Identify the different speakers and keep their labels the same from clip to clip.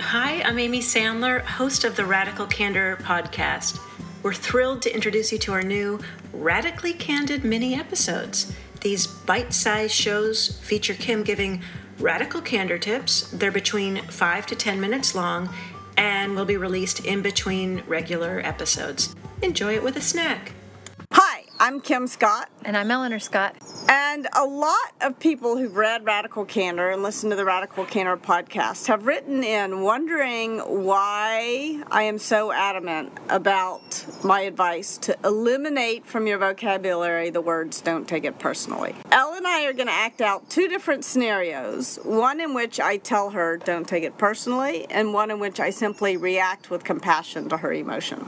Speaker 1: Hi, I'm Amy Sandler, host of the Radical Candor podcast. We're thrilled to introduce you to our new Radically Candid mini episodes. These bite sized shows feature Kim giving radical candor tips. They're between 5 to 10 minutes long and will be released in between regular episodes. Enjoy it with a snack.
Speaker 2: Hi, I'm Kim Scott,
Speaker 3: And I'm Eleanor Scott.
Speaker 2: and a lot of people who've read Radical Candor and listened to the Radical Candor podcast have written in wondering why I am so adamant about my advice to eliminate from your vocabulary the words don't take it personally. Elle and I are going to act out two different scenarios one in which I tell her don't take it personally, and one in which I simply react with compassion to her emotion.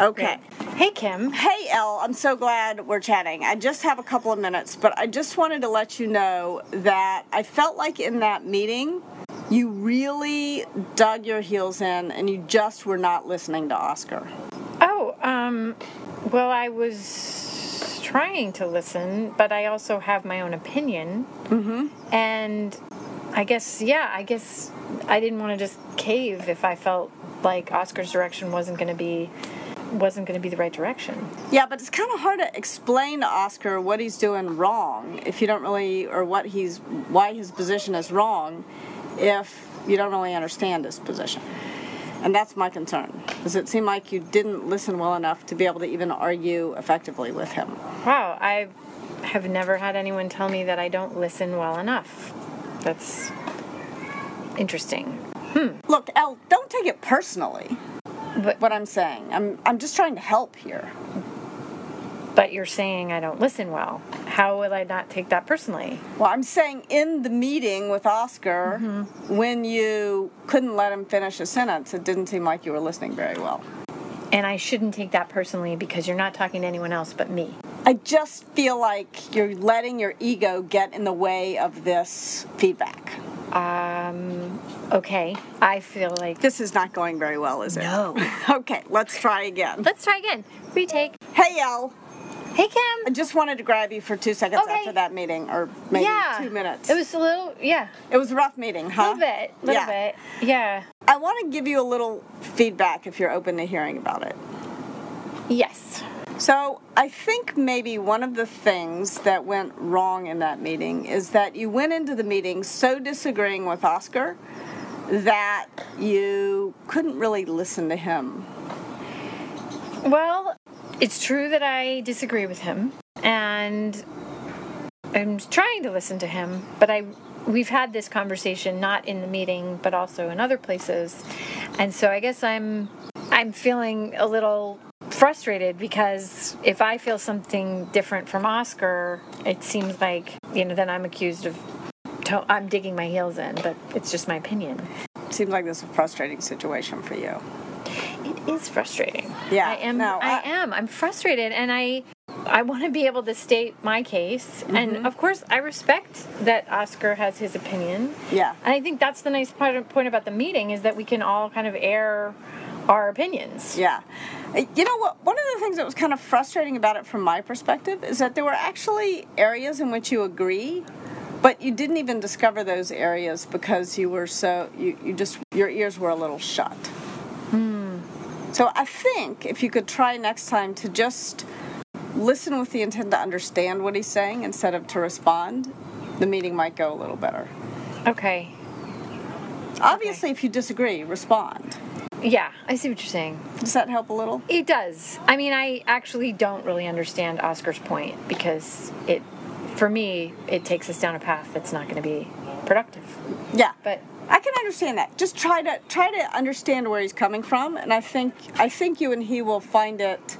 Speaker 2: Okay.
Speaker 3: Hey, Kim.
Speaker 2: Hey, Elle, I'm so glad we're chatting. I just have a couple of minutes, but I just wanted to let you know that I felt like in that meeting, you really dug your heels in and you just were not listening to Oscar.
Speaker 3: Oh, um, well, I was trying to listen, but I also have my own opinion. Mm-hmm. And I guess, yeah, I guess I didn't want to just cave if I felt like Oscar's direction wasn't going to be wasn't going to be the right direction.
Speaker 2: Yeah, but it's kind of hard to explain to Oscar what he's doing wrong if you don't really, or what he's, why his position is wrong if you don't really understand his position. And that's my concern. Does it seem like you didn't listen well enough to be able to even argue effectively with him?
Speaker 3: Wow, I have never had anyone tell me that I don't listen well enough. That's interesting.
Speaker 2: Look, Elle, don't take it personally.
Speaker 3: But-
Speaker 2: what I'm saying, I'm I'm just trying to help here.
Speaker 3: But you're saying I don't listen well. How will I not take that personally?
Speaker 2: Well, I'm saying in the meeting with Oscar,
Speaker 3: Mm-hmm.
Speaker 2: when you couldn't let him finish a sentence, it didn't seem like you were listening very well.
Speaker 3: And I shouldn't take that personally because you're not talking to anyone else but me.
Speaker 2: I just feel like you're letting your ego get in the way of this feedback.
Speaker 3: Um, okay. I feel like.
Speaker 2: This is not going very well, is it?
Speaker 3: No.
Speaker 2: Okay, let's try again.
Speaker 3: Let's try again. Retake.
Speaker 2: Hey, Elle.
Speaker 3: Hey,
Speaker 2: I
Speaker 3: Kim.
Speaker 2: just wanted to grab you for two seconds
Speaker 3: Okay.
Speaker 2: after that meeting, or maybe
Speaker 3: yeah.
Speaker 2: two minutes.
Speaker 3: It was a little, yeah,
Speaker 2: it was a rough meeting,
Speaker 3: a
Speaker 2: huh?
Speaker 3: little bit, a little
Speaker 2: Yeah.
Speaker 3: bit. Yeah.
Speaker 2: I want to give you a little feedback if you're open to hearing about it.
Speaker 3: Yes.
Speaker 2: So, I think maybe one of the things that went wrong in that meeting is that you went into the meeting so disagreeing with Oscar that you couldn't really listen to him.
Speaker 3: Well, it's true that I disagree with him, and I'm trying to listen to him, but I we've had this conversation not in the meeting but also in other places. And so I guess I'm I'm feeling a little frustrated because if I feel something different from Oscar, it seems like, you know, then I'm accused of to- I'm digging my heels in, but it's just my opinion.
Speaker 2: Seems like this is a frustrating situation for you.
Speaker 3: It is frustrating.
Speaker 2: Yeah,
Speaker 3: I am.
Speaker 2: no,
Speaker 3: I,
Speaker 2: I-
Speaker 3: am. I'm frustrated, and I, I want to be able to state my case.
Speaker 2: Mm-hmm.
Speaker 3: And of course, I respect that Oscar has his opinion.
Speaker 2: Yeah.
Speaker 3: And I think that's the nice part, point about the meeting is that we can all kind of air our opinions.
Speaker 2: Yeah. Uh, You know what? One of the things that was kind of frustrating about it from my perspective is that there were actually areas in which you agree, but you didn't even discover those areas because you were so, you, you just, your ears were a little shut. So I think if you could try next time to just listen with the intent to understand what he's saying instead of to respond, the meeting might go a little better.
Speaker 3: Okay.
Speaker 2: Obviously, if you disagree, respond.
Speaker 3: Yeah, I see what you're saying.
Speaker 2: Does that help a little?
Speaker 3: It does. I mean, I actually don't really understand Oscar's point because it, for me, it takes us down a path that's not going to be productive.
Speaker 2: Yeah.
Speaker 3: But
Speaker 2: I can understand that. Just try to try to understand where he's coming from, and I think I think you and he will find it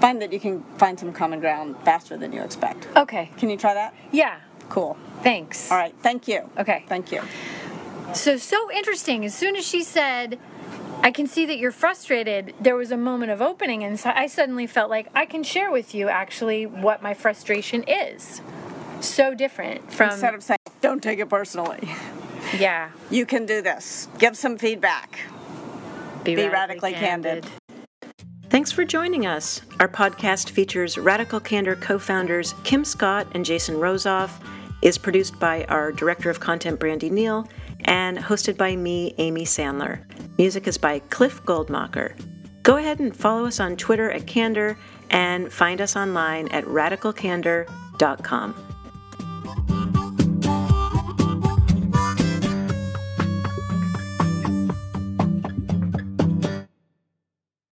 Speaker 2: find that you can find some common ground faster than you expect.
Speaker 3: okay.
Speaker 2: Can you try that?
Speaker 3: Yeah.
Speaker 2: Cool.
Speaker 3: Thanks.
Speaker 2: All right. Thank you.
Speaker 3: Okay.
Speaker 2: Thank you.
Speaker 3: So, so interesting. As soon as she said, I can see that you're frustrated, there was a moment of opening, and so I suddenly felt like I can share with you actually what my frustration is. So different from.
Speaker 2: Instead of saying don't take it personally,
Speaker 3: yeah.
Speaker 2: you can do this. Give some feedback. Be radically candid.
Speaker 1: Thanks for joining us. Our podcast features Radical Candor co founders Kim Scott and Jason Rosoff, is produced by our Director of Content, Brandy Neal, and hosted by me, Amy Sandler. Music is by Cliff Goldmacher. Go ahead and follow us on Twitter at Candor and find us online at radicalcandor.com.